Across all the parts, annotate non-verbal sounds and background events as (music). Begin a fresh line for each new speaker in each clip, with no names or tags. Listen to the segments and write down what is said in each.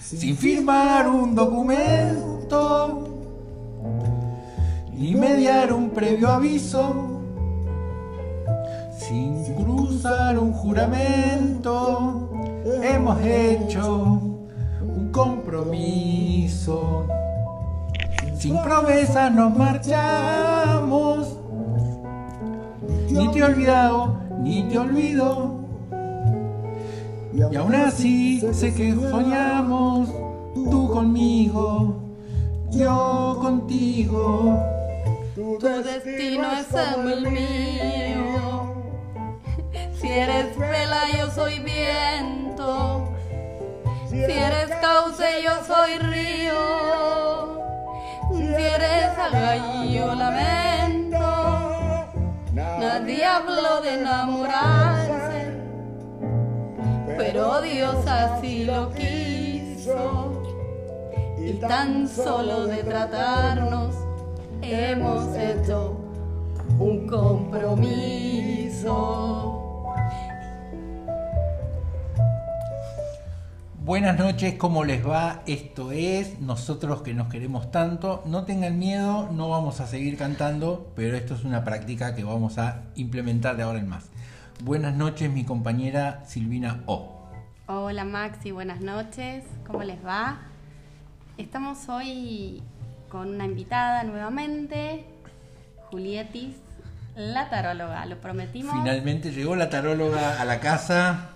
sin firmar un documento ni mediar un previo aviso, sin cruzar un juramento, hemos hecho un compromiso. Sin promesa nos marchamos, ni te he olvidado, ni te olvido. Y aún así sé que soñamos, tú conmigo, yo contigo.
Tu destino es amo el mío. Si eres vela, yo soy viento. Si eres cauce, yo soy río. Si eres agua, yo lamento. Nadie habló de enamorarse, pero Dios así lo quiso. Y tan solo de tratarnos hemos hecho un compromiso.
Buenas noches, ¿cómo les va? Esto es Nosotros que nos queremos tanto. No tengan miedo, no vamos a seguir cantando, pero esto es una práctica que vamos a implementar de ahora en más. Buenas noches, mi compañera Silvina O.
Hola Maxi, buenas noches, ¿cómo les va? Estamos hoy con una invitada nuevamente, Julietis, la taróloga, lo prometimos.
Finalmente llegó la taróloga a la casa.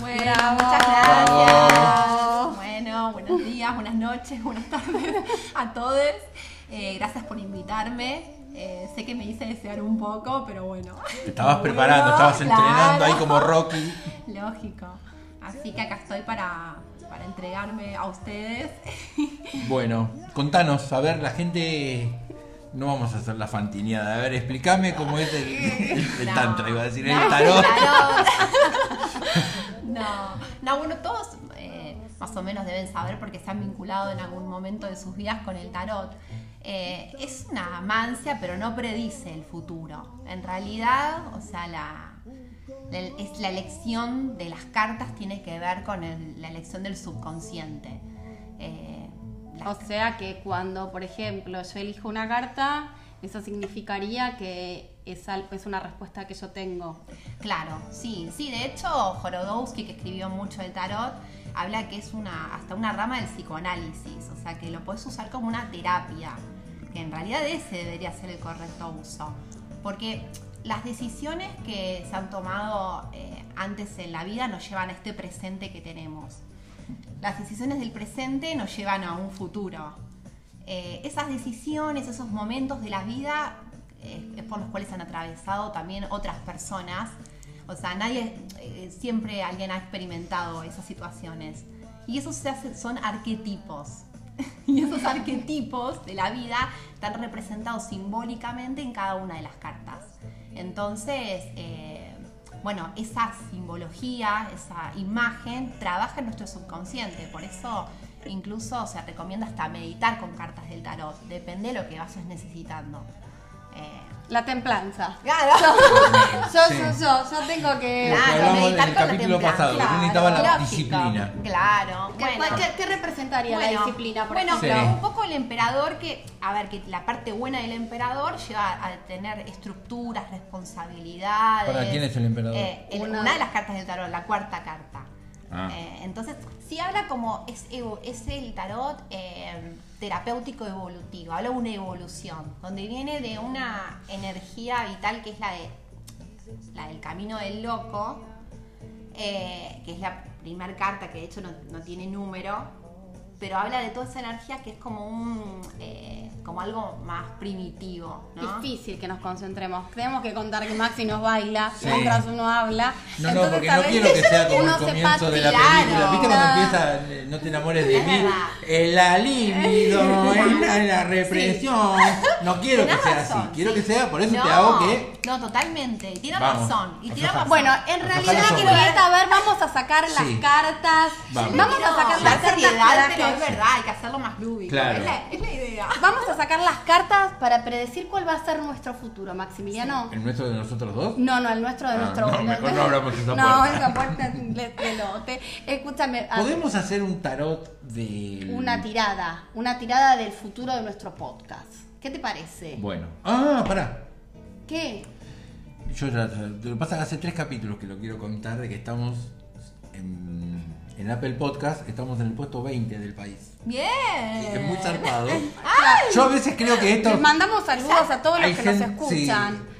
Bueno,
Bravo.
muchas gracias.
Bueno, buenos días, buenas noches, buenas tardes a todos. Eh, gracias por invitarme. Eh, sé que me hice desear un poco, pero bueno.
Te estabas preparando, estabas entrenando ahí como Rocky.
Lógico. Así que acá estoy para, para entregarme a ustedes.
Bueno, contanos, a ver, la gente. No vamos a hacer la fantineada. A ver, explícame cómo es el, el- el
No.
Tantra, iba a decir,
No,
el tarot.
tarot. no, no, bueno, todos eh, más o menos deben saber porque se han vinculado en algún momento de sus vidas con el tarot. Eh, es una amancia, pero no predice el futuro. En realidad, o sea, la, la- es la elección de las cartas tiene que ver con el- la elección del subconsciente. Eh, las
O sea que cuando, por ejemplo, yo elijo una carta, eso significaría que es, al- es una respuesta que yo tengo.
Claro, sí, sí, de hecho Jorodowski, que escribió mucho el tarot, habla que es una hasta una rama del psicoanálisis, o sea que lo puedes usar como una terapia, que en realidad ese debería ser el correcto uso, porque las decisiones que se han tomado eh, antes en la vida nos llevan a este presente que tenemos. Las decisiones del presente nos llevan a un futuro. Eh, esas decisiones, esos momentos de la vida eh, es por los cuales han atravesado también otras personas. O sea, nadie, eh, siempre alguien ha experimentado esas situaciones. Y esos se hacen- son arquetipos. (laughs) y esos arquetipos de la vida están representados simbólicamente en cada una de las cartas. Entonces, eh, bueno, esa simbología, esa imagen trabaja en nuestro subconsciente, por eso incluso se recomienda hasta meditar con cartas del tarot, depende de lo que vayas necesitando. Eh,
La templanza.
claro,
Yo,
Sí.
yo, yo, yo tengo que...
Claro. hablamos en el
con la
capítulo
templanza,
pasado, que necesitaba la disciplina.
Claro,
¿Qué,
bueno.
qué- qué representaría la
Bueno,
disciplina? Por
bueno,
ejemplo?
Sí.
un poco el emperador que, a ver, que la parte buena del emperador lleva a tener estructuras, responsabilidades.
¿Para quién es el emperador?
Eh, el-
Una-
una... de las cartas del tarot, la cuarta carta.
Ah.
Eh, entonces, sí habla como es, evo- es el tarot eh, terapéutico evolutivo, habla de una evolución, donde viene de una energía vital que es la de la del camino del loco, eh, que es la primera carta que de hecho no, no tiene número, pero habla de toda esa energía que es como un eh, como algo más primitivo, ¿no?
Difícil que nos concentremos. Tenemos que contar que Maxi nos baila
Sí.
mientras uno habla.
No, no,
Entonces,
porque
a
no
veces
quiero que
(laughs)
sea como
uno
el
se
comienzo de la
patila.
película. ¿Viste cuando
Claro.
empieza eh, No te enamores de
Es
mí?
verdad.
Eh, La libido, eh, la, la represión. No quiero que
Tenés
sea
razón,
así. Quiero
sí.
que sea, por eso te
No,
hago que.
No, totalmente. Y tiene
Vamos,
razón. Y tiene
afloja.
razón.
Bueno, en
Aflojar
realidad,
los hombros.
Julieta, a ver, vamos a sacar las
Sí.
cartas.
Vamos.
Vamos, a sacar
No,
las
dar seriedad,
cartas
pero
para
es verdad, hay que hacerlo más lúdico.
Claro.
Es, la, es la idea.
Vamos a sacar las cartas para predecir cuál va a ser nuestro futuro, Maximiliano.
¿El nuestro de nosotros dos?
No, no, el nuestro de
Ah,
nuestro.
no, mejor no abramos esa
No,
puerta.
esa puerta de, de lote. Escúchame. a-
¿Podemos hacer un tarot de.
Una tirada. Una tirada del futuro de nuestro podcast. ¿Qué te parece?
Bueno. Ah, pará.
¿Qué?
Yo ya. Te lo pasa hace tres capítulos que lo quiero contar de que estamos en, en Apple Podcast, estamos en el puesto 20 del país.
Bien.
Es
Eh.
muy
(laughs)
zarpado. Yo a veces creo que esto.
Les mandamos saludos a todos los
Hay
que nos
gente-
escuchan.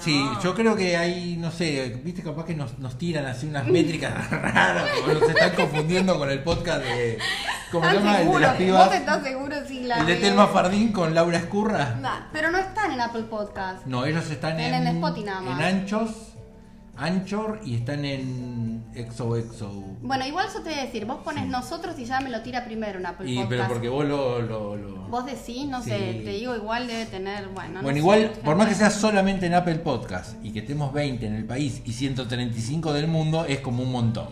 Sí,
No.
yo creo que hay, no sé, viste, capaz que nos, nos tiran así unas métricas (laughs) raras, como nos están confundiendo con el podcast de. ¿Cómo se
¿Están
llama? El de
seguros?
las pibas.
¿Vos estás seguro si la
El de
de-
Telma Fardín con Laura Escurra.
Nah, Pero no están en Apple Podcast.
No, ellos están en,
Están en Spotify nada más.
en Anchos, Anchor y están en Exo Exo.
Bueno, igual yo te voy a decir, vos pones nosotros y ya me lo tira primero en Apple
Y,
Podcast.
pero porque vos lo... lo- lo-
Vos decís, no
Sí.
sé, te digo, igual debe tener, bueno. no
bueno,
sé,
igual,
gente.
por más que sea solamente en Apple Podcast y que estemos 20 en el país y 135 del mundo, es como un montón.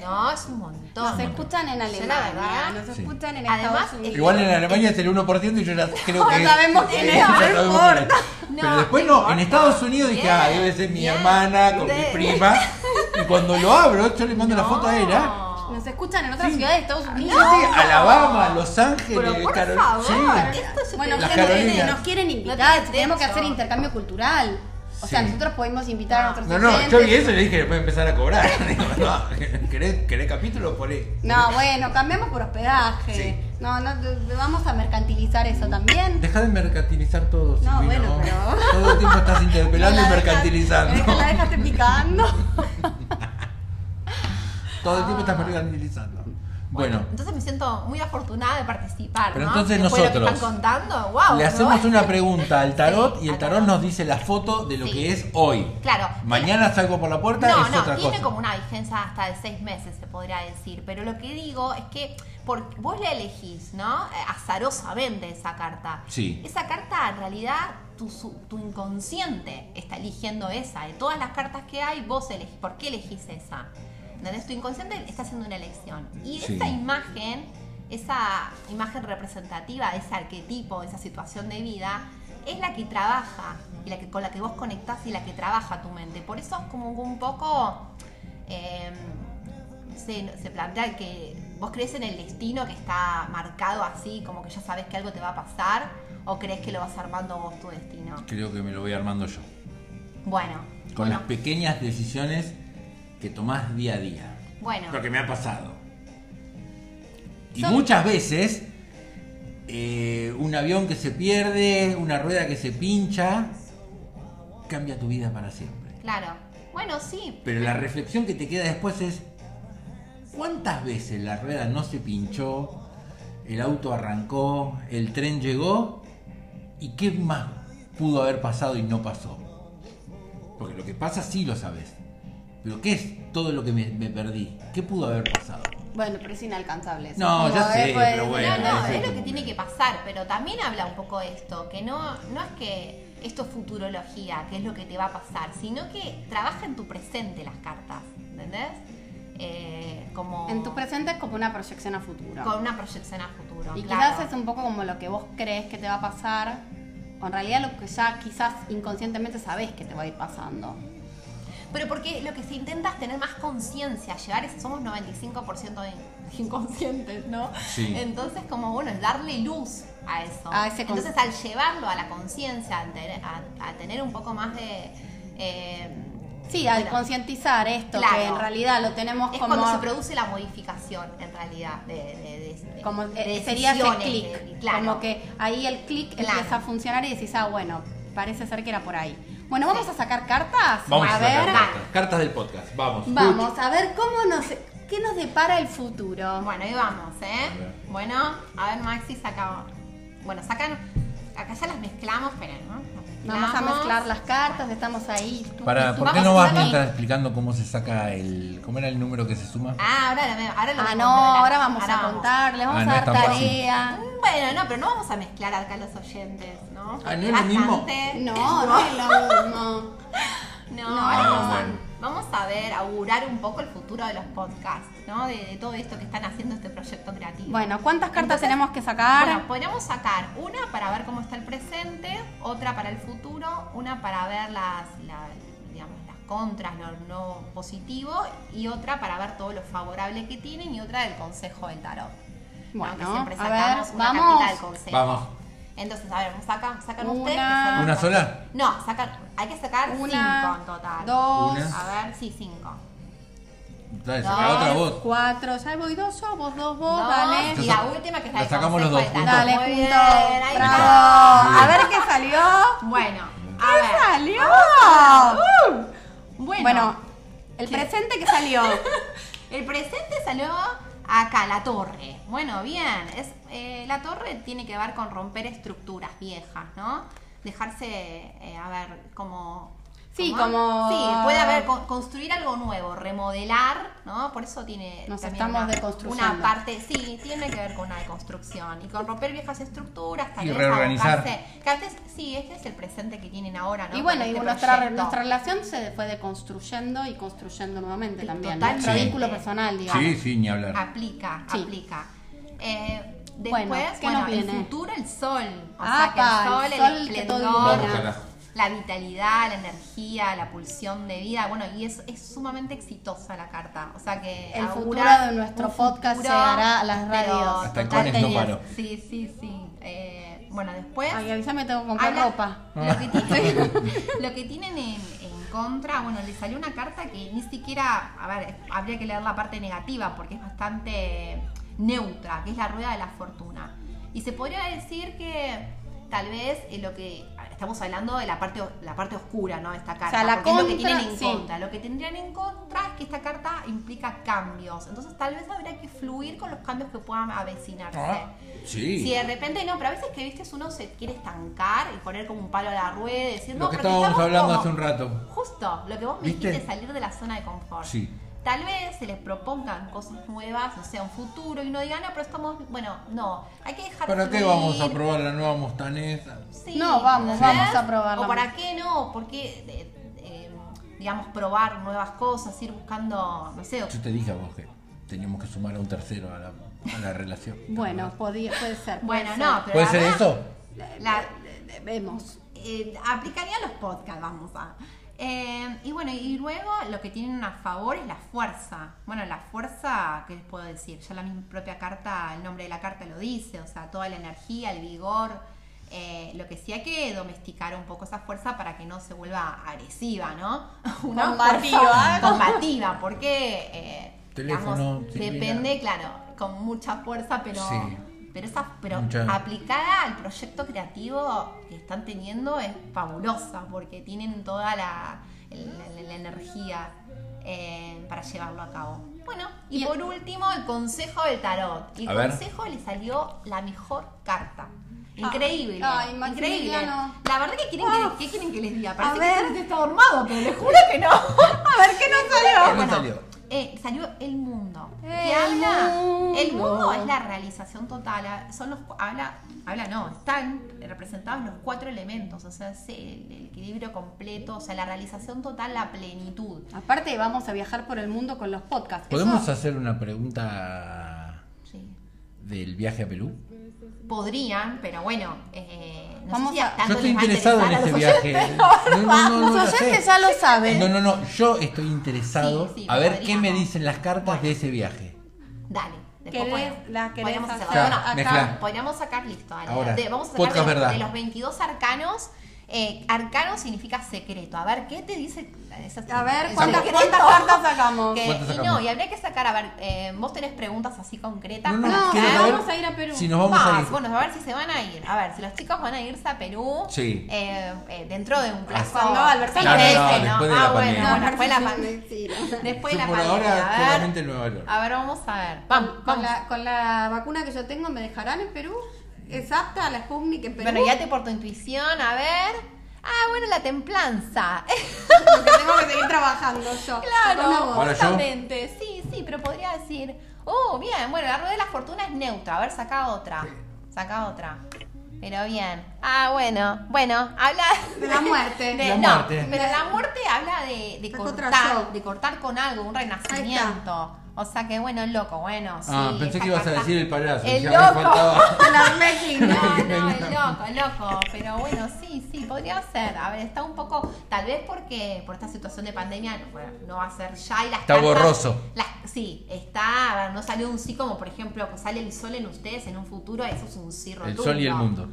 No, es un montón.
Nos escuchan en
Yo
Alemania,
la verdad-
nos
Sí.
escuchan en
Además,
Estados Unidos.
Igual en Alemania es el 1% y yo ya
(laughs)
creo que...
No sabemos quién es, no
Ya sabemos quién es.
importa.
Pero
No,
después
no
no, en
importa.
Estados Unidos dije,
Bien,
ah, debe ser mi
bien.
hermana con mi
Sí.
prima. Y cuando lo abro, yo le mando la foto a ella.
Nos escuchan en otras ciudades de Estados Unidos.
Sí, Alabama, Los Ángeles,
Pero por
Carol-
favor,
sí.
esto yo
Bueno,
te-
Las
gente,
Carolinas.
nos quieren
No
invitar,
tenés
tenemos que
techo.
hacer intercambio cultural. O sea,
Sí.
nosotros podemos invitar a nuestros
No, no, yo
oyentes.
vi eso y le dije, voy a empezar a cobrar. (laughs) Digo, no, ¿querés, ¿querés capítulo? Poné.
No, bueno, cambiamos por hospedaje.
Sí.
No, no, te- te vamos a mercantilizar eso también.
Deja de mercantilizar todo, Silvina,
No, bueno, pero-
Todo el tiempo estás interpelando
No
y
la dejas-
mercantilizando.
La dejaste picando. (laughs)
Todo el tiempo estás mercantilizando. Bueno,
Entonces me siento muy afortunada de participar.
Pero
¿no?
entonces
Después de lo que
nosotros
están contando, wow.
le hacemos una pregunta al tarot y el
al
tarot
tarot.
nos dice la foto de lo
Sí.
que es hoy.
Claro.
Mañana salgo por la puerta,
No,
es
no,
otra
tiene
cosa.
como una vigencia hasta de seis meses, se podría decir. Pero lo que digo es que por, vos la elegís, ¿no? Eh, Azarosamente esa carta.
Sí.
Esa carta, en realidad, tu, su- tu inconsciente está eligiendo esa. De todas las cartas que hay, vos elegís. ¿Por qué elegís esa? Entonces, tu inconsciente está haciendo una elección. Y
Sí.
esa imagen, esa imagen representativa, ese arquetipo, esa situación de vida, es la que trabaja, y la que, con la que vos conectás y la que trabaja tu mente. Por eso es como un poco. eh, se, se plantea que vos crees en el destino que está marcado así, como que ya sabes que algo te va a pasar, o crees que lo vas armando vos tu destino.
Creo que me lo voy armando yo.
Bueno,
Con
bueno,
las pequeñas decisiones que tomás día a día.
bueno.
Lo que me ha pasado. Y
Son-
muchas veces, eh, un avión que se pierde, una rueda que se pincha, cambia tu vida para siempre.
claro. Bueno, sí,
Pero la reflexión que te queda después es, ¿cuántas veces la rueda no se pinchó, el auto arrancó, el tren llegó? ¿Y qué más pudo haber pasado y no pasó? Porque lo que pasa sí lo sabes. Pero ¿qué es todo lo que me- me perdí? ¿Qué pudo haber pasado?
Bueno, pero es inalcanzable. eso.
No, ya sé,
después-
pero bueno.
No, no,
ese
es lo
como
que tiene que pasar, pero también habla un poco esto, que no, no es que esto es futurología, que es lo que te va a pasar, sino que trabaja en tu presente las cartas, ¿entendés? Eh, como
En tu presente es como una proyección a futuro.
con una proyección a futuro.
y
claro.
quizás es un poco como lo que vos crees que te va a pasar. O en realidad lo que ya quizás inconscientemente sabés que te va a ir pasando.
Pero porque lo que se intenta es tener más conciencia, llevar ese somos 95% de inconscientes, ¿no?
Sí.
Entonces, como bueno, es darle luz a eso.
A ese con-
Entonces, al llevarlo a la conciencia, a, tener- a- a tener un poco más de. eh,
Sí, al
bueno,
concientizar esto, que
claro.
en realidad lo tenemos
Es
como...
cuando se produce la modificación, en realidad, de, de- de-
como
de
eh, sería ese
decisiones,
clic.
de- claro.
Como que ahí el clic
Claro.
empieza a funcionar y decís, ah, bueno, parece ser que era por ahí. Bueno, vamos a sacar cartas.
Vamos a,
a
sacar
ver.
cartas. Cartas del podcast, vamos.
Vamos a ver cómo nos qué nos depara el futuro.
Bueno, ahí vamos,
A
¿eh?
ver.
Bueno, a ver, Maxi saca. Bueno, sacan. Acá ya las mezclamos, pero ¿no? Las
Vamos a
mezclamos.
mezclar las cartas, estamos ahí. Tú,
Para,
tú,
¿Por
vamos
qué no
a
vas
hacer ahí.
mientras explicando cómo se saca el. ¿Cómo era el número que se suma?
Ah, ahora, la me- ahora lo
Ah,
vamos
no,
a mezclar.
ahora vamos
Ahora
a contarles, vamos
Ah, no
a
es
dar
tan fácil.
tarea.
Bueno, no, pero no vamos a mezclar acá los oyentes, ¿no?
Ah, ¿no es lo mismo?
Bastante.
No, no es lo mismo.
No,
No,
ahora vamos a-
Ah, bueno.
vamos a ver, augurar un poco el futuro de los podcasts, ¿no? De, de todo esto que están haciendo este proyecto creativo.
Bueno, ¿cuántas cartas tenemos que sacar?
Bueno, podríamos sacar una para ver cómo está el presente, otra para el futuro, una para ver las, la- digamos, las contras, lo no positivo, y otra para ver todo lo favorable que tienen, y otra del consejo del tarot. ¿no? Que
Bueno,
siempre
a ver,
sacamos una
vamos.
cartita del consejo.
Vamos.
Entonces, a ver, sacan, sacan
Una.
ustedes. que sacan
¿Una
ustedes.
sola?
No, sacan, hay que sacar
Una,
cinco en total.
dos,
Una.
A ver, sí, cinco.
Dale,
No.
saca otra voz.
cuatro. Ya voy dos yo, vos dos, vos,
Dos,
dale.
Y la última que es la
La
del
sacamos los
consejo
dos juntos.
del tarot.
Dale,
Muy
juntos.
bien, ahí está.
Bravo. A ver qué salió.
Bueno, a
¿Qué
ver.
salió?
Uh. Bueno,
Bueno, el presente
(laughs)
que salió.
el presente salió acá, la torre. Bueno, bien. Es, eh, la torre tiene que ver con romper estructuras viejas, ¿no? Dejarse, eh, a ver, como...
Sí,
¿cómo?
como-
Sí, puede haber, co- construir algo nuevo, remodelar, ¿no? Por eso tiene...
Nos
también
estamos
una-
deconstruyendo.
Una parte, sí, tiene que ver con una deconstrucción. Y con romper viejas estructuras, tal
Y
vez
reorganizar.
abocarse- Que a veces, sí, este es el presente que tienen ahora, ¿no?
Y bueno,
Con
y
este
nuestra,
proyecto.
nuestra relación se fue deconstruyendo y construyendo nuevamente también. Nuestro
Totalmente.
vínculo personal, digamos.
Sí, sí, ni hablar.
Aplica,
Sí.
aplica. Eh, después,
Bueno,
bueno,
¿qué nos
el
viene?
futuro, el sol. O sea,
Apa,
que
el
el sol, el,
sol que todo
esplendor,
ilumina. Ojalá.
la vitalidad, la energía, la pulsión de vida. Bueno, y es, es sumamente exitosa la carta. O sea que.
El
augura
futuro de nuestro
un
podcast
futuro,
se hará a las
pero
radios.
Hasta
totalmente-
icones no paró.
Sí, sí, sí. Eh, bueno, después.
Ay, avísame, tengo que comprar
Habla-
ropa.
Lo que, tienen, (laughs) lo que tienen en, en contra, bueno, le salió una carta que ni siquiera, a ver, habría que leer la parte negativa porque es bastante neutra, que es la rueda de la fortuna. Y se podría decir que tal vez eh, lo que estamos hablando de la parte o- la parte oscura, ¿no? Esta carta,
sea, la
porque es lo que
contra,
tienen en
sí.
contra, lo que tendrían en contra es que esta carta implica cambios. Entonces, tal vez habrá que fluir con los cambios que puedan avecinarse.
Ah, sí.
Si de repente no, pero a veces que viste uno se quiere estancar y poner como un palo a la rueda y decir,
Lo
no,
que
porque
estábamos
estamos
hablando
como-
hace un rato.
Justo, lo que vos me
¿Viste?
dijiste, salir de la zona de confort.
Sí.
Tal vez se les propongan cosas nuevas, o sea, un futuro, y uno diga, no, pero estamos, bueno, no, hay que dejar
¿Para qué
fluir.
vamos a probar la nueva mostanesa?
Sí.
No,
¿Ves?
vamos, vamos a probarla.
¿O para qué no? Porque, eh, eh, digamos, probar nuevas cosas, ir buscando, no sé,
Yo te dije a vos que teníamos que sumar a un tercero a la, a la relación.
Bueno, podía, puede ser. puede
bueno,
ser.
no, pero
¿Puede
la
ser
verdad,
eso?
La,
Eh, Vemos.
eh, aplicaría los podcasts, vamos a. Eh, y bueno, y luego lo que tienen a favor es la fuerza. Bueno, la fuerza, ¿qué les puedo decir? Ya la misma propia carta, el nombre de la carta lo dice, o sea, toda la energía, el vigor. eh, lo que sí hay que domesticar un poco esa fuerza para que no se vuelva agresiva, ¿no? (laughs) Una
Combativa.
fuerza combativa, porque eh,
Teléfono,
digamos,
celular.
depende, claro, con mucha fuerza, pero,
Sí.
pero esa, pero
Mucha-
aplicada al proyecto creativo que están teniendo es fabulosa porque tienen toda la, la- la- la energía eh, para llevarlo a cabo. Bueno, y,
Y el-
por último, el consejo del tarot. Y el
A ver.
consejo le salió la mejor carta. Increíble.
Ay,
increíble.
Maximiliano. Ah,
La verdad que quieren que, ¿qué quieren que les diga. Parece
ver.
que Vicente está dormado, pero les juro que no. (laughs) a ver qué no
¿Qué no
salió.
salió?
eh, salió el mundo. ¿Qué
El
habla? El
mundo.
mundo es la realización total. ah, Son los cu- habla, habla no, están representados los cuatro elementos, o sea, es el, el equilibrio completo, o sea, la realización total, la plenitud.
Aparte, vamos a viajar por el mundo con los podcasts.
¿Podemos
Eso-
hacer una pregunta
Sí.
del viaje a Perú?
Podrían, pero bueno, eh, no
Vamos
sé si
a-
tanto
Yo estoy
les va a
interesado en
interesar a
ese
los
viaje.
oyentes.
No,
(laughs)
no, no,
(laughs)
no,
Los
lo
oyentes
sé.
ya lo saben. (laughs)
No, no, no. Yo estoy interesado
Sí, sí,
a ver qué me
podríamos.
dicen las cartas de ese viaje.
Dale. después
¿Querés-
podemos-
la querés
podríamos
hacer
hacerlo.
acá?
Bueno,
Mezcla.
podríamos sacar listo. dale.
Ahora,
De- vamos a sacar
podcast
de, los-
verdad.
de los 22 arcanos. eh, arcano significa secreto. A ver, ¿qué te dice? esa-
A ver,
el
¿cuántas,
secreto?
cuántas cartas sacamos?
Que-
¿Cuántas
y no,
sacamos?
y habría que sacar, a ver, eh, vos tenés preguntas así concretas.
No, no,
para
quiero
sacar?
saber
vamos a ir a Perú.
Si nos vamos a ir.
Bueno, a ver si se van a ir. A ver, si los chicos van a irse a Perú
Sí. Ah,
eh, eh, dentro de un plazo.
Cuando Alberto
seis
No, no, no,
meses,
después de la
ah, bueno,
pandemia. No,
bueno, después de la pandemia.
Mentira.
Después
Yo
de la
por
pandemia.
ahora
a ver. Ah,
solamente Nueva York.
A ver, vamos a ver. Vamos,
Con,
vamos.
la, con la vacuna que yo tengo, ¿me dejarán en Perú? ¿Es apta la Sputnik en Perú?
Bueno,
(laughs)
guíate por tu intuición, a ver. Ah, bueno, la templanza. (laughs)
Porque tengo que seguir trabajando yo. Con una
claro,
voz.
Ahora yo.
justamente. Sí, sí, pero podría decir. Oh, bien, bueno, la rueda de la fortuna es neutra. A ver, saca otra. Saca otra. Pero bien. Ah, bueno. Bueno, habla
De la muerte.
(laughs) de-
La
no,
muerte.
pero la muerte habla de, de
Está contra yo.
cortar, de cortar con algo, un renacimiento. O sea que bueno, el loco, bueno.
Ah,
sí,
pensé
esta
que ibas a
carta-
decir el payaso.
El
ya me
loco. (laughs)
faltaba.
la Arlequín.
(laughs)
No, no, el loco, el loco. Pero bueno, sí, sí, podría ser. A ver, está un poco. Tal vez porque por esta situación de pandemia no, bueno, no va a ser ya y las
Está borroso.
las- sí, está. a ver, No salió un sí como, por ejemplo, que sale el sol en ustedes en un futuro. Eso es un sí
El
rotundo.
sol y el mundo.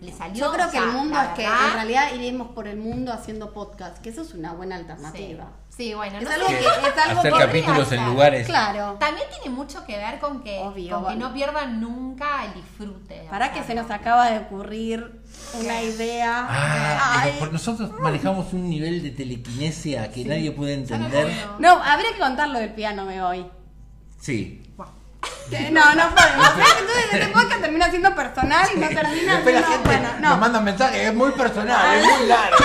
Le salió,
Yo creo
o
que
sea,
el mundo
la
es que
verdad,
en realidad iremos por el mundo haciendo podcast, que eso es una buena
Sí,
alternativa.
sí bueno,
Es
no
algo
sé.
que es algo
Hacer
podría
capítulos en
ser.
lugares.
Claro.
También tiene mucho que ver con que,
Obvio,
con que
obvio.
no pierdan nunca el disfrute. o
Para
sea,
que se
no.
nos acaba de ocurrir una idea.
Ah,
Ay.
pero por- nosotros manejamos un nivel de telequinesia que nadie puede entender.
puedo.
No, habría que contar lo del piano me voy.
Sí.
No, no podemos. Entonces este podcast termina siendo personal y no termina
Después la
siendo
gente
bueno. No.
nos manda mensajes, es muy personal, es muy
(laughs)
largo.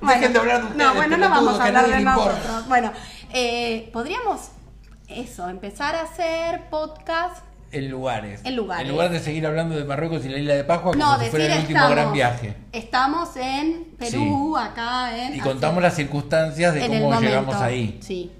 Bueno,
Dejen de hablar de ustedes,
No, bueno, no vamos
pelotudos,
a
que
hablar
nadie
de
le importa.
nosotros. Bueno, eh, podríamos eso, empezar a hacer podcast.
En lugares.
En lugares.
En lugar de seguir hablando de Marruecos y la isla de Pascua como
No,
si
decir
fuera el último
estamos.
gran viaje.
Estamos en Perú, acá en.
Y contamos las circunstancias de
en el
cómo llegamos
momento.
ahí.
Sí.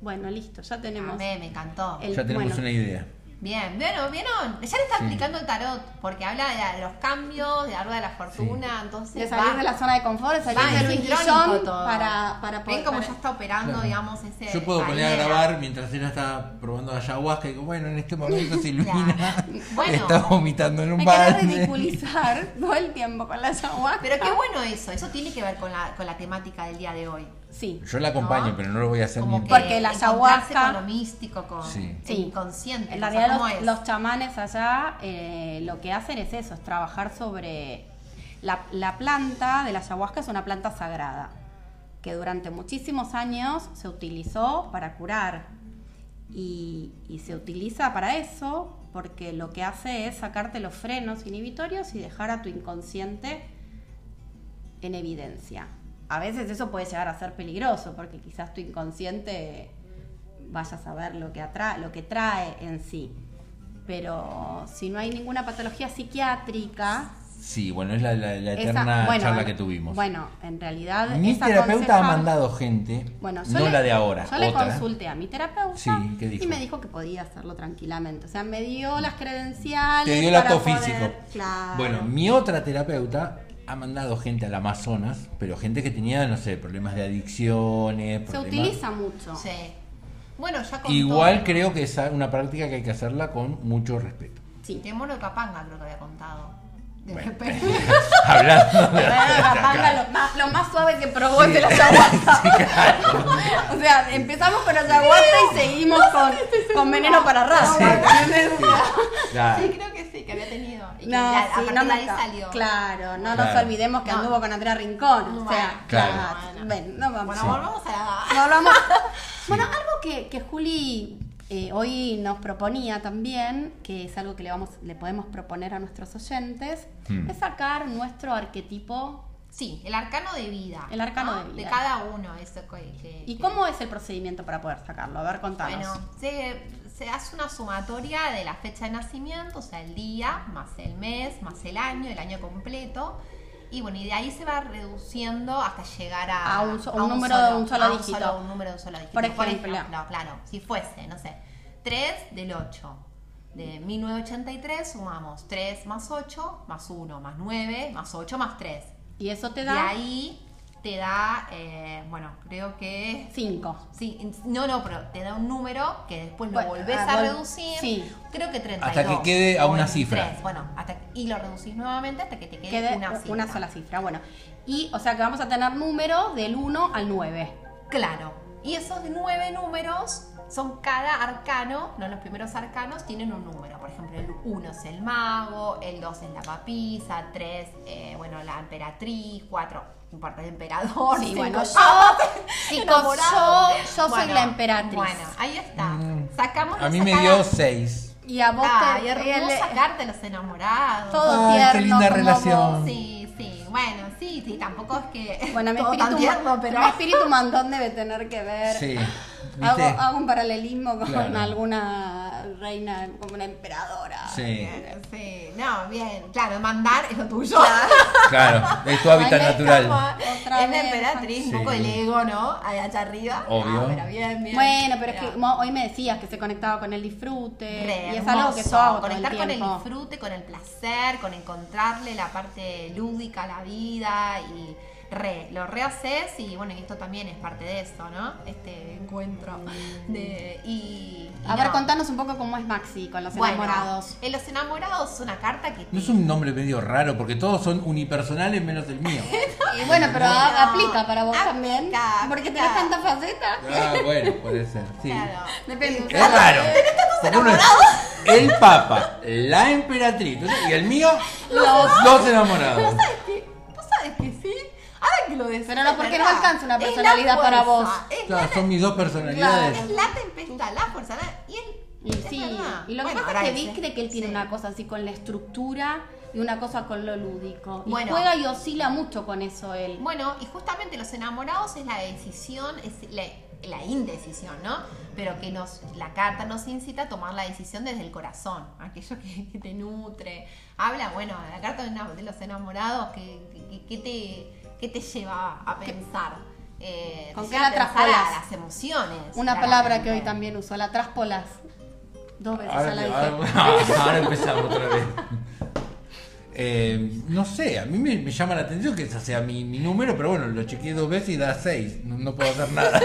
Bueno, listo, ya tenemos.
Amé, me encantó.
El-
Ya tenemos
bueno.
una idea.
Bien, bueno, vieron, ya le está explicando el tarot, porque habla de, la- de los cambios, de la rueda de la fortuna, entonces.
De salir
va-
de la zona de confort, de salir
va
del
en
Guillón
sincrónico todo.
para, para poder.
Ven cómo
para-
ya está operando,
Claro.
digamos, ese.
Yo puedo
esa
poner a
idea.
grabar mientras ella está probando ayahuasca y digo, bueno, en este momento
(laughs)
Silvina
Claro. Bueno.
está vomitando en un
Me querés
balde.
ridiculizar todo el tiempo con la ayahuasca.
Pero qué bueno eso, eso tiene que ver con la, con la temática del día de hoy.
Sí.
Yo la acompaño,
No.
pero no lo voy a hacer ni
Como
en
que
pedo.
Porque la
encontrarse
ayahuasca-
Con lo místico, con
Sí.
el
Sí.
inconsciente.
En
o sea,
realidad
¿cómo
los,
es?
los chamanes allá eh, lo que hacen es eso, es trabajar sobre... La, la planta de la ayahuasca es una planta sagrada que durante muchísimos años se utilizó para curar y, y se utiliza para eso porque lo que hace es sacarte los frenos inhibitorios y dejar a tu inconsciente en evidencia. A veces eso puede llegar a ser peligroso porque quizás tu inconsciente vaya a saber lo que, atra- lo que trae en sí. Pero si no hay ninguna patología psiquiátrica,
Sí, bueno, es la, la- la
esa-
eterna
bueno,
charla
bueno,
que tuvimos.
Bueno, en realidad
Mi
es
terapeuta ha
aconsejar-
mandado gente,
bueno, yo
no
le-
la de ahora,
Yo le
otra.
consulté a mi terapeuta
Sí, ¿qué dijo?
y me dijo que podía hacerlo tranquilamente. O sea, me dio las credenciales.
Te dio el
para
acto
poder-
físico.
Claro.
Bueno, mi otra terapeuta ha mandado gente al Amazonas, pero gente que tenía, no sé, problemas de adicciones.
se
problemas-
utiliza mucho.
Sí. Bueno, ya con
Igual creo que es una práctica que hay que hacerla con mucho respeto. (laughs)
Sí.
De Moro Capanga creo que había contado. De
Bueno.
repente.
(laughs) Hablando de...
La
(laughs)
capanga, lo, más, lo más suave que probó es el ayahuasca. (laughs) o sea, empezamos con ayahuasca y seguimos con, con veneno para raza.
Claro.
Sí, creo que sí, que había tenido. Y que
No,
ya, a
sí,
partir
no
de
me
ahí
ca-
salió.
Claro, no nos
Claro.
olvidemos que
No.
anduvo con Andrea Rincón. O sea,
Bueno,
Claro.
claro, ven, no vamos.
Bueno, volvamos a la.
No (laughs) hablamos. Bueno, algo que, que Juli eh, hoy nos proponía también, que es algo que le, vamos, le podemos proponer a nuestros oyentes,
Hmm.
es sacar nuestro arquetipo.
Sí, el arcano de vida.
El arcano de vida.
cada uno, eso que. que-
¿Y
que-
cómo es el procedimiento para poder sacarlo? A ver, contanos.
Bueno, se, se hace una sumatoria de la fecha de nacimiento, o sea, el día, más el mes, más el año, el año completo. Y bueno, y de ahí se va reduciendo hasta llegar a,
A un so- un número de un solo
a
dígito.
solo- un número de un solo dígito.
Por ejemplo.
claro, si fuese, no sé, 3 del 8. De 1983 sumamos 3 más 8, más 1, más 9, más 8, más 3.
y eso te
Y
da
ahí te da, eh, bueno, creo que
5.
Sí, no, no, pero te da un número que después lo
Bueno,
volvés
ah,
a
vol-
reducir.
sí.
Creo que 32.
Hasta que quede a
o
una
23,
cifra.
Bueno, hasta que- y lo reducís nuevamente hasta que te quede,
Quede
una, cifra.
una sola cifra. Bueno, y o sea que vamos a tener números del 1 al 9.
Claro. Y esos nueve números son cada arcano, no los primeros arcanos tienen un número. Por ejemplo, el 1 es el mago, el 2 es la papisa, 3, bueno, la emperatriz, 4, importa el emperador.
Sí,
cinco,
bueno, yo-
papa,
chicos,
enamorado.
yo- yo soy la emperatriz.
Bueno, ahí está. Sacamos
Mm. A mí
esa
me
cara-
dio seis.
Y a vos
Ah,
te
y
el-
hermosa carta de los enamorados.
todo
Ay, qué
tierno.
linda
como
relación.
vos.
Sí, sí. Bueno, sí, sí, tampoco es que. (laughs)
Bueno, mi
todo
espíritu,
tan tierno,
ma-
pero.
mi espíritu mandón debe tener que ver.
Sí.
Hago,
¿Viste?
hago un paralelismo con
Claro.
alguna reina, como una emperadora.
Sí,
Sí, no, bien. Claro, mandar es lo tuyo. (laughs)
claro, es tu hábitat
Ay, me
natural.
escapa.
Otra
es la
vez,
emperatriz, un
Juan.
poco
Sí.
el ego, ¿no? Ahí allá arriba.
Obvio.
Ah, pero bien, bien.
Bueno, pero es que
Mira.
mo- hoy me decías que se conectaba con el disfrute.
Re
y es algo que
hermoso,
yo hago todo el
Conectar con el
tiempo.
disfrute, con el placer, con encontrarle la parte lúdica a la vida y re, lo rehaces y bueno, y esto también es parte de eso, ¿no? Este encuentro. De, y, y
A ver,
no.
contanos un poco cómo es Maxi con los
Bueno,
enamorados.
En los enamorados es una carta que
No
te-
es un nombre medio raro porque todos son unipersonales menos el mío.
Y bueno, pero a-
No.
aplica para vos
Aplica,
también. Porque
aplica.
tenés tanta faceta.
Ah, bueno, puede ser. Sí.
Claro.
Depende.
Es raro. Porque uno es el Papa, la emperatriz y el mío, los dos enamorados.
(laughs) ¿Vos sabes que sí? Ahora que lo decís.
Pero no,
es
porque no
verdad.
alcanza una
Es la
personalidad para
fuerza,
vos.
es la
Claro, son mis dos personalidades.
Es la tempestad, la fuerza, la- y el.
Y
es
sí,
verdad.
y lo que
Bueno,
pasa es que
ahora
Vic
ese-
cree que él tiene
sí.
una cosa así con la estructura y una cosa con lo lúdico. Y
Bueno.
juega y oscila mucho con eso él.
Bueno, y justamente los enamorados es la decisión, es la, la indecisión, ¿no? Pero que nos, la carta nos incita a tomar la decisión desde el corazón, aquello que, que te nutre. Habla, bueno, la carta de, una- de los enamorados que, que- que te, que te lleva a pensar. Eh, te
¿Con qué
lleva a
la
pensar a
traspolas?
las emociones.
Una palabra que hoy
claramente.
también usó, la traspolas. Dos veces
Ahora,
ya la
te- (laughs)
dije.
ahora- ahora empezamos otra vez. Eh, no sé, a mí me, me llama la atención que ese sea mi, mi número, pero bueno, lo chequeé dos veces y da seis. No, no puedo hacer nada.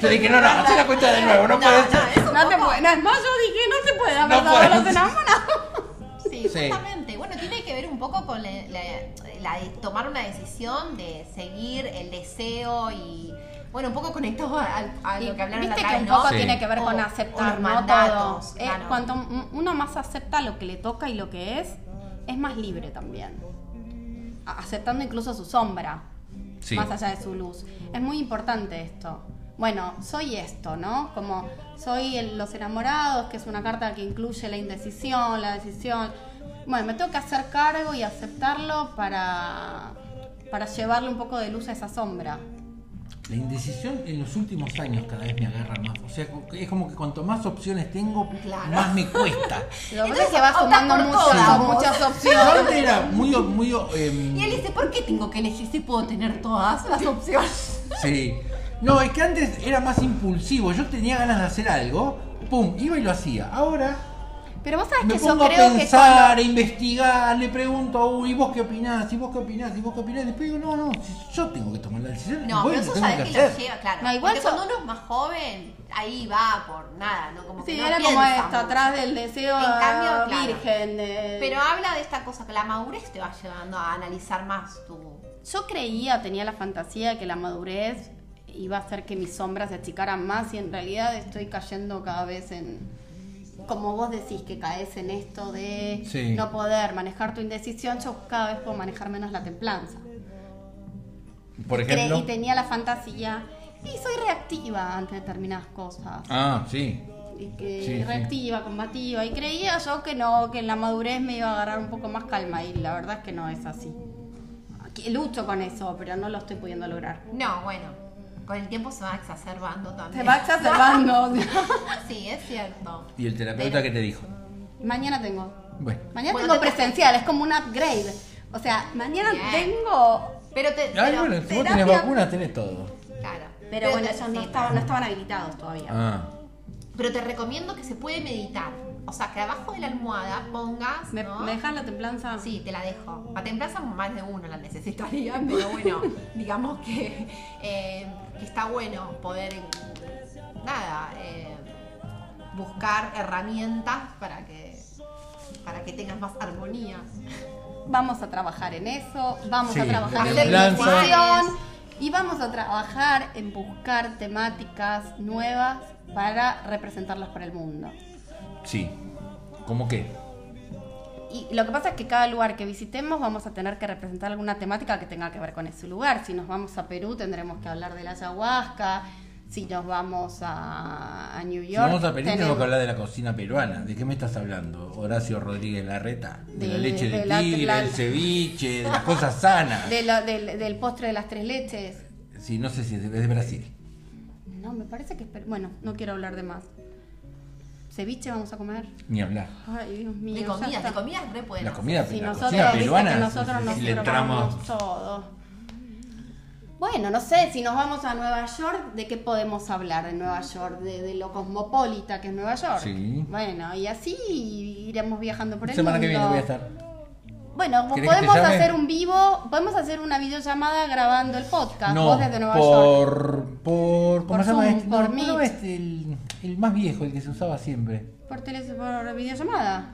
Yo dije, no, no, hacé la cuenta de nuevo, no,
No,
puede
no,
ser.
es un
No te
poco-
puede, no, es más, yo dije, no se puede
No
haber dado a los
puede.
enamorados.
Sí,
Sí.
justamente. Bueno, tiene que ver un poco con la, la- la de tomar una decisión de seguir el deseo y, bueno, un poco conectado al- a,
Y
lo que hablaron la
Viste
otra vez,
que un
¿no?
poco
Sí.
tiene que ver con
O- o
aceptar,
los
¿no?
mandatos,
Todo. Eh,
claro.
cuanto m- uno más acepta lo que le toca y lo que es, es más libre también. A- Aceptando incluso su sombra,
Sí.
más allá de su luz. Es muy importante esto. Bueno, soy esto, ¿no? Como soy el- los enamorados, que es una carta que incluye la indecisión, la decisión. Bueno, me tengo que hacer cargo y aceptarlo para, para llevarle un poco de luz a esa sombra.
La indecisión en los últimos años cada vez me agarra más. O sea, es como que cuanto más opciones tengo,
Claro.
más me
(laughs)
cuesta.
Lo que pasa
Entonces,
es que va
optás
sumando
por
mucho-
todas, vos.
muchas
Yo
opciones.
antes era muy. muy em,
(laughs) Y él dice, ¿por qué tengo que elegir si puedo tener todas las opciones?
Sí. No, es que antes era más impulsivo. Yo tenía ganas de hacer algo, pum, iba y lo hacía. Ahora
Pero vos sabés
me
que yo
pongo a
creo que
pensar, a investigar, le pregunto, uy, ¿y vos qué opinás? ¿Y vos qué opinás? ¿Y vos qué opinás? Después digo, no, no, si yo tengo que tomar la decisión.
No,
voy, lo
pero eso
tengo
sabes que,
que
lo
hacer.
lleva, claro.
No, igual
Porque
so-
cuando uno es más joven, ahí va por nada, ¿no? Como que
Sí,
no
era como
piensa
esto,
mucho.
atrás del deseo
En cambio,
ah,
claro.
virgen. de-
Pero habla de esta cosa que la madurez te va llevando a analizar más tu...
Yo creía, tenía la fantasía de que la madurez iba a hacer que mis sombras se achicaran más y en realidad estoy cayendo cada vez en... Como vos decís que caes en esto de
Sí.
no poder manejar tu indecisión, yo cada vez puedo manejar menos la templanza.
Por
Cre-
ejemplo.
y tenía la fantasía y soy reactiva ante determinadas cosas.
Ah, sí.
y que
Sí, sí.
reactiva, combativa. Y creía yo que no, que en la madurez me iba a agarrar un poco más calma. Y la verdad es que no es así. Aquí- Lucho con eso, pero no lo estoy pudiendo lograr.
No, bueno, con el tiempo se va exacerbando también.
Mm. Se
(laughs)
va exacerbando.
Sí, es cierto.
¿Y el terapeuta qué te dijo?
mañana tengo.
Bueno.
Mañana
Bueno,
tengo
te-
presencial, es como un upgrade. O sea, mañana
Bien.
tengo.
Pero te.
Ay,
pero
bueno, si vos
terapia-
tenés vacunas, tenés todo.
Claro.
Pero bueno,
te-
ellos no
sí.
estaban, no estaban habilitados todavía.
Ah.
Pero te recomiendo que se puede meditar. O sea, que abajo de la almohada pongas.
¿Me,
¿no?
me dejas la templanza?
Sí, te la dejo. Para templanza más de uno la necesitaría, (laughs) pero bueno, digamos que, eh, que está bueno poder, nada, eh, buscar herramientas para que, para que tengas más armonía.
Vamos a trabajar en eso, vamos
Sí,
a trabajar
la
en la
templanza.
decisión y vamos a trabajar en buscar temáticas nuevas para representarlas para el mundo.
Sí. ¿Cómo qué?
Y lo que pasa es que cada lugar que visitemos vamos a tener que representar alguna temática que tenga que ver con ese lugar. Si nos vamos a Perú tendremos que hablar de la ayahuasca, si nos vamos a, a New
Si
York...
vamos a Perú, tengo
tenemos-
que hablar de la cocina peruana. ¿De qué me estás hablando? Horacio Rodríguez Larreta. De, la
De-
leche de,
de la-
tigre,
la-
del ceviche, de las cosas sanas.
de la- del, del postre de las tres leches.
Sí, no sé si es de, es de Brasil.
No, me parece que... es Perú. Bueno, no quiero hablar de más. ceviche vamos a comer.
Ni hablar.
Ay, Dios mío.
De
ya
comidas,
está.
de comidas re buenas.
La comida,
Si
la
nosotros,
cocina
viste
peruana,
que nosotros
si-
nos
si le entramos
probamos todo. Bueno, no sé, si nos vamos a Nueva York, ¿de qué podemos hablar de Nueva York? De, de lo cosmopolita que es Nueva York.
Sí.
Bueno, y así iremos viajando por el
semana
mundo.
que viene voy a estar.
Bueno,
¿Querés que te
podemos
llame?
hacer un vivo, podemos hacer una videollamada grabando el podcast,
No,
vos desde Nueva York.
por, por, ¿cómo
Por
se llama
Zoom,
este?
por
No, ¿cómo se llama
Meet.
este? el, el más viejo, el que se usaba siempre.
Por, tele, por videollamada.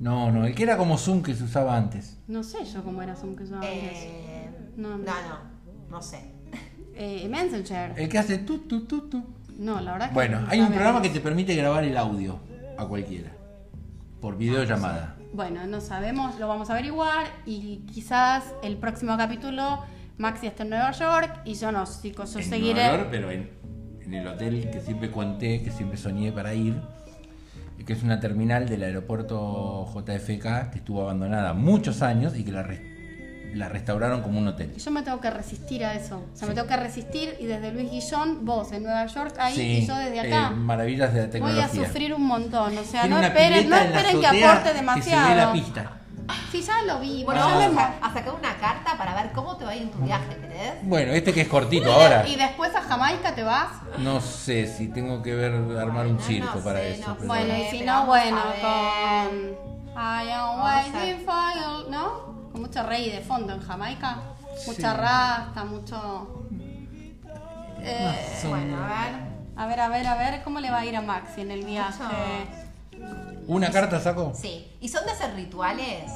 No, no, el que era como Zoom que se usaba antes.
No sé yo cómo era Zoom que yo antes.
Eh,
No,
no,
no.
no, no sé.
Eh, Messenger.
El que hace tu, tu, tu, tu.
No, la verdad que
Bueno,
no
hay un
sabemos.
programa que te permite grabar el audio a cualquiera. Por videollamada.
Bueno, no sabemos, lo vamos a averiguar y quizás el próximo capítulo Maxi está en Nueva York y yo no, chicos, yo
en
seguiré.
Nueva York, pero en, en el hotel que siempre conté, que siempre soñé para ir, que es una terminal del aeropuerto JFK que estuvo abandonada muchos años y que la, re- la restauraron como un hotel.
Y Yo me tengo que resistir a eso. O sea, me tengo que resistir y desde Luis Guillón, vos en Nueva York, ahí y yo desde acá.
eh, maravillas de la
Voy
tecnología.
a sufrir un montón, o sea,
Tiene
no
una
esperen, no
pileta en la
esperen que
azotea
aporte
Que se ve
demasiado.
la pista.
Sí, ya lo vi,
Bueno,
ya lo
vamos
hemos-
a, a sacar una carta para ver cómo te va a ir en tu viaje, ¿querés?
Bueno, este que es cortito ahora.
(laughs) Y después a Jamaica te vas.
No sé si tengo que ver armar un
No, no
circo para
sé,
eso.
no
pero-
Bueno, y
Eh,
si
pero
no,
vamos
bueno,
a ver.
con. I am
Vamos a-
waiting for you, ¿no? Con mucho rey de fondo en Jamaica. Mucha
Sí.
rasta, mucho. Eh,
Más o
Bueno,
menos.
a ver.
a ver, a ver, a ver, ¿cómo le va a ir a Maxi en el viaje?
¿Una carta saco?
Sí. ¿Y son de hacer rituales?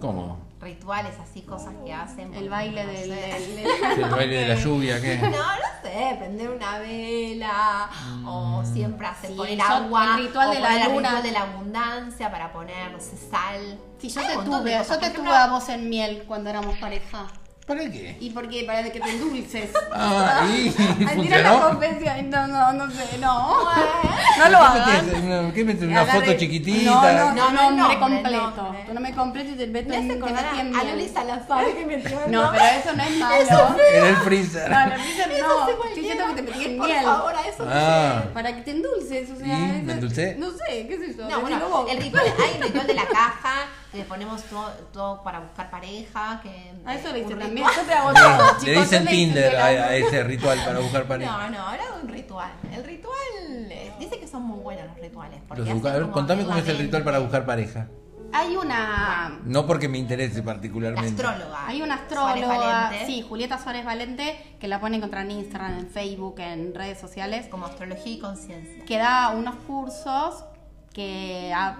¿Cómo?
Rituales así, cosas que hacen.
El baile
no sé.
del.
(laughs)
del- del-
¿El baile de la lluvia? ¿Qué?
No, no sé, prender una vela o
Mm.
siempre hacer
Sí,
con el
yo-
agua.
el ritual
o
de la
poner el
luna.
ritual de la abundancia para poner, no sé, sal.
Si yo
Hay un
te
montón de
tuve,
cosas.
yo te
Por
tuve
ejemplo,
a vos en miel cuando éramos pareja.
¿Para qué?
¿Y por qué? Para que te endulces.
Ah, y
(laughs) Al tirar la
funcionó.
confesión, no, no, no sé, no.
bueno,
No lo hagas.
¿Qué metes? ¿Qué metes? ¿Una
Agarré-
foto
No,
chiquitita?
no, no,
No, no,
no, me
nombre,
completo.
nombre.
No me completo y te meto
Me
en
hace
te metí en
acordar a
miel.
Loli Salazar que me tiró, (laughs)
No, pero eso no es malo.
En el freezer.
No, no, Freezer
Eso
no.
hace
Estoy diciendo que te metí en
Por
miel.
favor, a eso
Ah.
Para que te endulces, o sea.
¿Y?
eso-
¿Me endulcé?
No sé, qué sé yo.
No,
decilo
bueno,
vos.
el ritual, hay el ritual de la caja, que le ponemos todo, todo para buscar pareja, que... eh,
A eso le
un
dicen
ritual.
también. Yo te hago
Bueno,
todo,
(laughs)
chicos.
le
yo
dicen
hice
Tinder a,
pelando.
a ese ritual para buscar pareja.
No, no, era un ritual. El ritual... eh, Dice que son muy buenos los rituales. porque
Los
hacen
busca- a ver,
como
contame cómo es el
antiguamente.
ritual para buscar pareja.
Hay una.
No porque me interese particularmente.
La astróloga.
Hay una
Suárez
astróloga,
Valente,
sí, Julieta Suárez Valente, que la pone encontrar en Instagram, en Facebook, en redes sociales.
Como astrología y conciencia.
que da unos cursos que, a-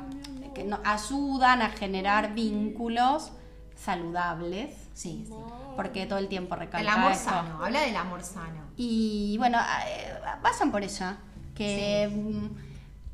que no- ayudan a generar vínculos saludables,
Sí, sí.
porque todo el tiempo recalca
El amor
eso.
sano. Habla del amor sano.
Y bueno, a- eh, vayan por ella, que mm,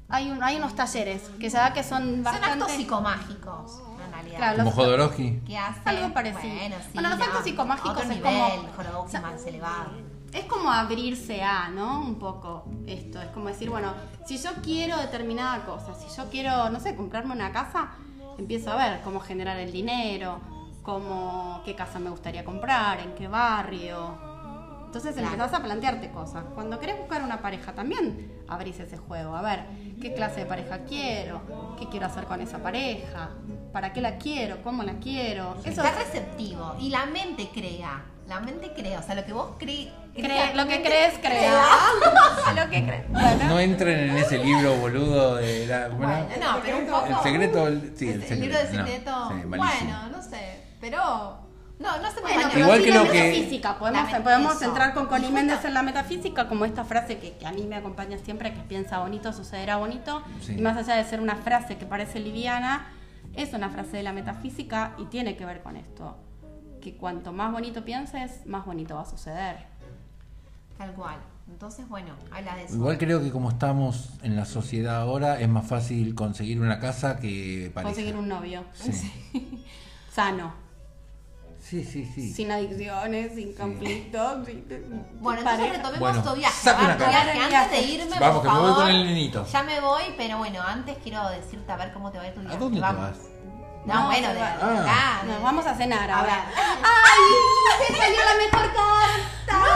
hay, un- hay unos talleres que ya que son bastante...
Son actos psicomágicos, en realidad.
Claro,
Como
los-
Jodorowsky.
¿Qué hacen?
Algo parecido.
Bueno, sí,
Bueno, los actos
no,
psicomágicos
otro
es
nivel,
como-
Jodorowsky
sa-
más elevado.
Es como abrirse a, ¿no? Un poco esto. Es como decir, bueno, si yo quiero determinada cosa, si yo quiero, no sé, comprarme una casa, empiezo a ver cómo generar el dinero, cómo, qué casa me gustaría comprar, en qué barrio. Entonces
Claro.
empezás a plantearte cosas. Cuando querés buscar una pareja también abrís ese juego. A ver, ¿qué clase de pareja quiero? ¿Qué quiero hacer con esa pareja? ¿Para qué la quiero? ¿Cómo la quiero? Eso
Está receptivo y la mente crea. La mente crea, o sea, lo que vos crees.
Cre- lo que crees, crea. Ah. lo que crees. Bueno.
No entren en ese libro boludo de la. ¿cómo era?
Bueno, no, pero un poco.
El secreto, el- sí,
El,
el
el libro del
secreto, no,
secreto.
sí, malísimo.
bueno, no sé, pero. No, no se me
Bueno,
dañó.
pero
Igual
sí
que
la
lo que-
metafísica, podemos,
La met-
podemos
eso.
entrar con Connie
Y
Méndez
justo-
en la metafísica, como esta frase que, que a mí me acompaña siempre, que es piensa bonito, sucederá bonito,
Sí.
y más allá de ser una frase que parece liviana, es una frase de la metafísica y tiene que ver con esto, que cuanto más bonito pienses, más bonito va a suceder.
Tal cual. Entonces, bueno, habla de eso.
Igual creo que como estamos en la sociedad ahora, es más fácil conseguir una casa que pareja.
Conseguir un novio
Sí,
sano,
sí, sí. sí.
sin adicciones, sin conflictos, sin-
Bueno,
sin
entonces
pareja.
retomemos
Bueno,
tu viaje.
saca una
¿va? Tu
carta.
viaje, Antes de irme,
Vamos,
por
que me voy
favor,
con el nenito.
Ya me voy, pero bueno, antes quiero decirte a ver cómo te va a ir tu
¿A
viaje.
dónde
Vamos.
te vas? Ah.
No,
No,
bueno,
se
de,
va.
de acá.
Nos vamos a cenar
A
ahora.
ver.
¡Ay! ¡Se salió la mejor carta!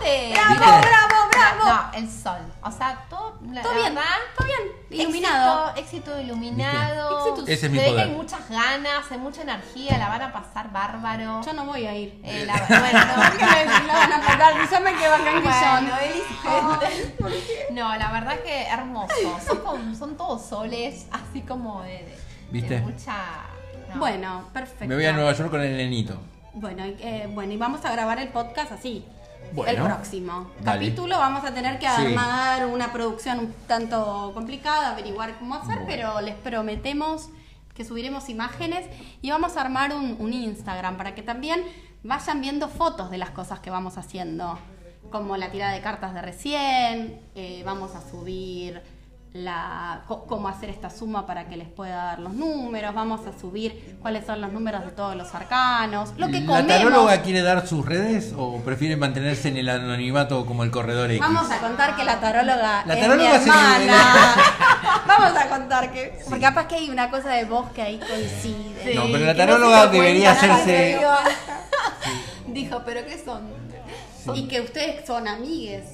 ¡Nuevamente!
¡Bravo, bravo, bravo!
No, No, el sol. O sea, todo. la-
Todo
la
bien,
verdad,
todo bien. Iluminado.
Éxito, éxito iluminado.
Éxitos.
Ese es mi
Se ve que
poder.
hay muchas ganas, hay mucha energía, la van a pasar bárbaro.
Yo no voy a ir.
Eh, la, bueno,
Nunca me la van a pasar, yo me quedo acá en Guillón.
Bueno, Elis, oh. No, la verdad que hermoso. Son, como- son todos soles, así como de, de-
¿Viste?
de mucha. no.
Bueno, perfecto.
Me voy a Nueva York con el nenito.
Bueno, y, eh, bueno, y vamos a grabar el podcast así.
Bueno.
El próximo
Dale.
capítulo vamos a tener que
Sí.
armar una producción un tanto complicada, averiguar cómo hacer,
Bueno.
pero les prometemos que subiremos imágenes y vamos a armar un, un Instagram para que también vayan viendo fotos de las cosas que vamos haciendo, como la tirada de cartas de recién, eh, vamos a subir la, co- cómo hacer esta suma para que les pueda dar los números, vamos a subir cuáles son los números de todos los arcanos, lo que
¿La
comemos.
taróloga quiere dar sus redes o prefiere mantenerse en el anonimato como el corredor X?
Vamos a contar que la taróloga
La
es
taróloga
mi
sí, (laughs)
hermana. Vamos a contar que. Porque capaz que hay una cosa de vos que ahí coincide.
No,
Sí,
pero la
que no
taróloga
se te
debería
cuenta nada,
hacerse-
pero- Dijo, ¿pero qué son?
Y que ustedes son amigues.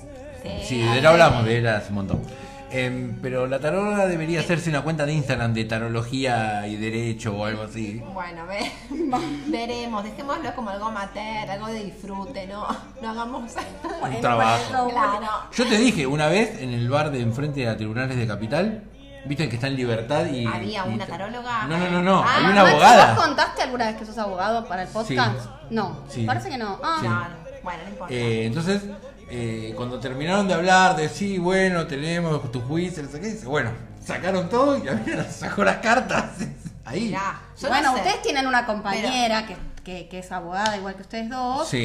Sí, de la hablamos, de ella hace un montón. Em, pero la taróloga debería hacerse una cuenta de Instagram de tarología y derecho o algo así.
Bueno, ve- (laughs) veremos. Dejémoslo como algo amateur, algo de disfrute, ¿no? No hagamos.
Un
por
trabajo.
eso-
Claro.
Yo te dije una vez en el bar de enfrente de la Tribunales de Capital, viste que está en libertad y.
Había
y-
una taróloga.
No, no, no, no.
Ah,
hay una
Nacho, ¿Vos
abogada.
contaste alguna vez que sos abogado para el podcast?
Sí.
No,
Sí.
parece que no. Ah,
Sí.
No, no. Bueno, no importa.
Eh, entonces, eh, cuando terminaron de hablar de sí, bueno, tenemos tu juicio, no sé qué, dice, bueno, sacaron todo y a mí nos sacó las cartas. (laughs) Ahí.
Mirá, yo no
bueno,
sé.
ustedes tienen una compañera que, que- que es abogada igual que ustedes dos.
Sí.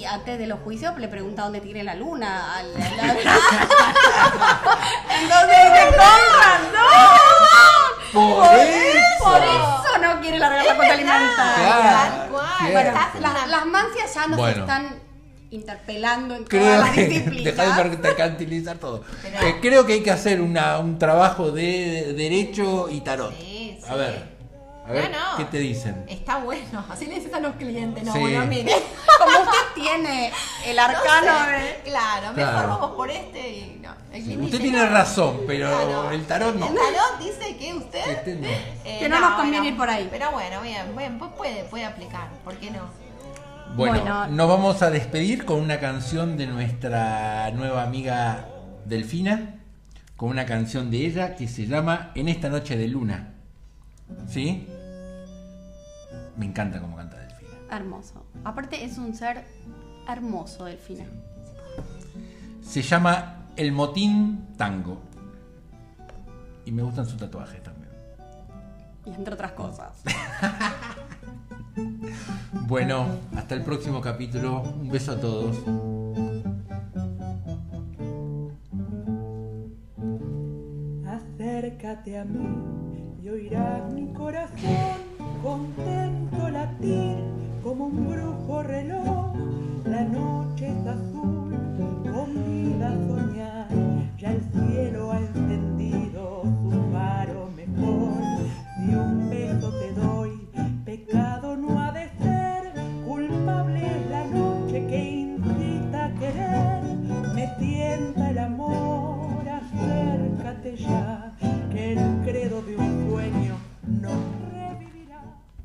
Y antes de los juicios le pregunta dónde tiene la luna. al-
(laughs)
al- (laughs) Entonces
(laughs)
dice, "Con razón".
Por, eso.
Por eso no quiere largar la cuota alimentaria.
Claro,
Tal cual.
claro.
Estás en
Las,
una-
las mancias ya nos
Bueno.
están interpelando en todas
Creo
las
que. (laughs)
disciplinas.
Dejá de mercantilizar todo.
Pero-
Eh, creo que hay que hacer una, un trabajo de derecho y tarot.
Sí, sí.
A ver. A ver,
No, no.
¿qué te dicen?
Está bueno, así le dices a los clientes, no,
Sí.
bueno, mire.
Como usted tiene el
(laughs)
arcano
No sé.
de...
Claro, mejor
Claro.
vamos por este y no. El cliente
Usted
dice,
tiene
no,
razón, pero
claro.
el tarot no.
El tarot dice que
Que
usted.
este no.
eh,
Que no nos conviene ir por ahí.
Pero bueno, bien, bien, pues puede, puede aplicar, ¿por qué no?
Bueno,
Bueno.
nos vamos a despedir con una canción de nuestra nueva amiga Delfina, con una canción de ella que se llama En esta noche de luna. ¿Sí? Me encanta cómo canta Delfina.
Hermoso. Aparte es un ser hermoso del final.
Se llama El Motín Tango. Y me gustan sus tatuajes también.
Y entre otras cosas.
Bueno, hasta el próximo capítulo. Un beso a todos.
Acércate a mí y oirás mi corazón contento latir como un brujo reloj. La noche es azul, convida a soñar, ya el cielo ha encendido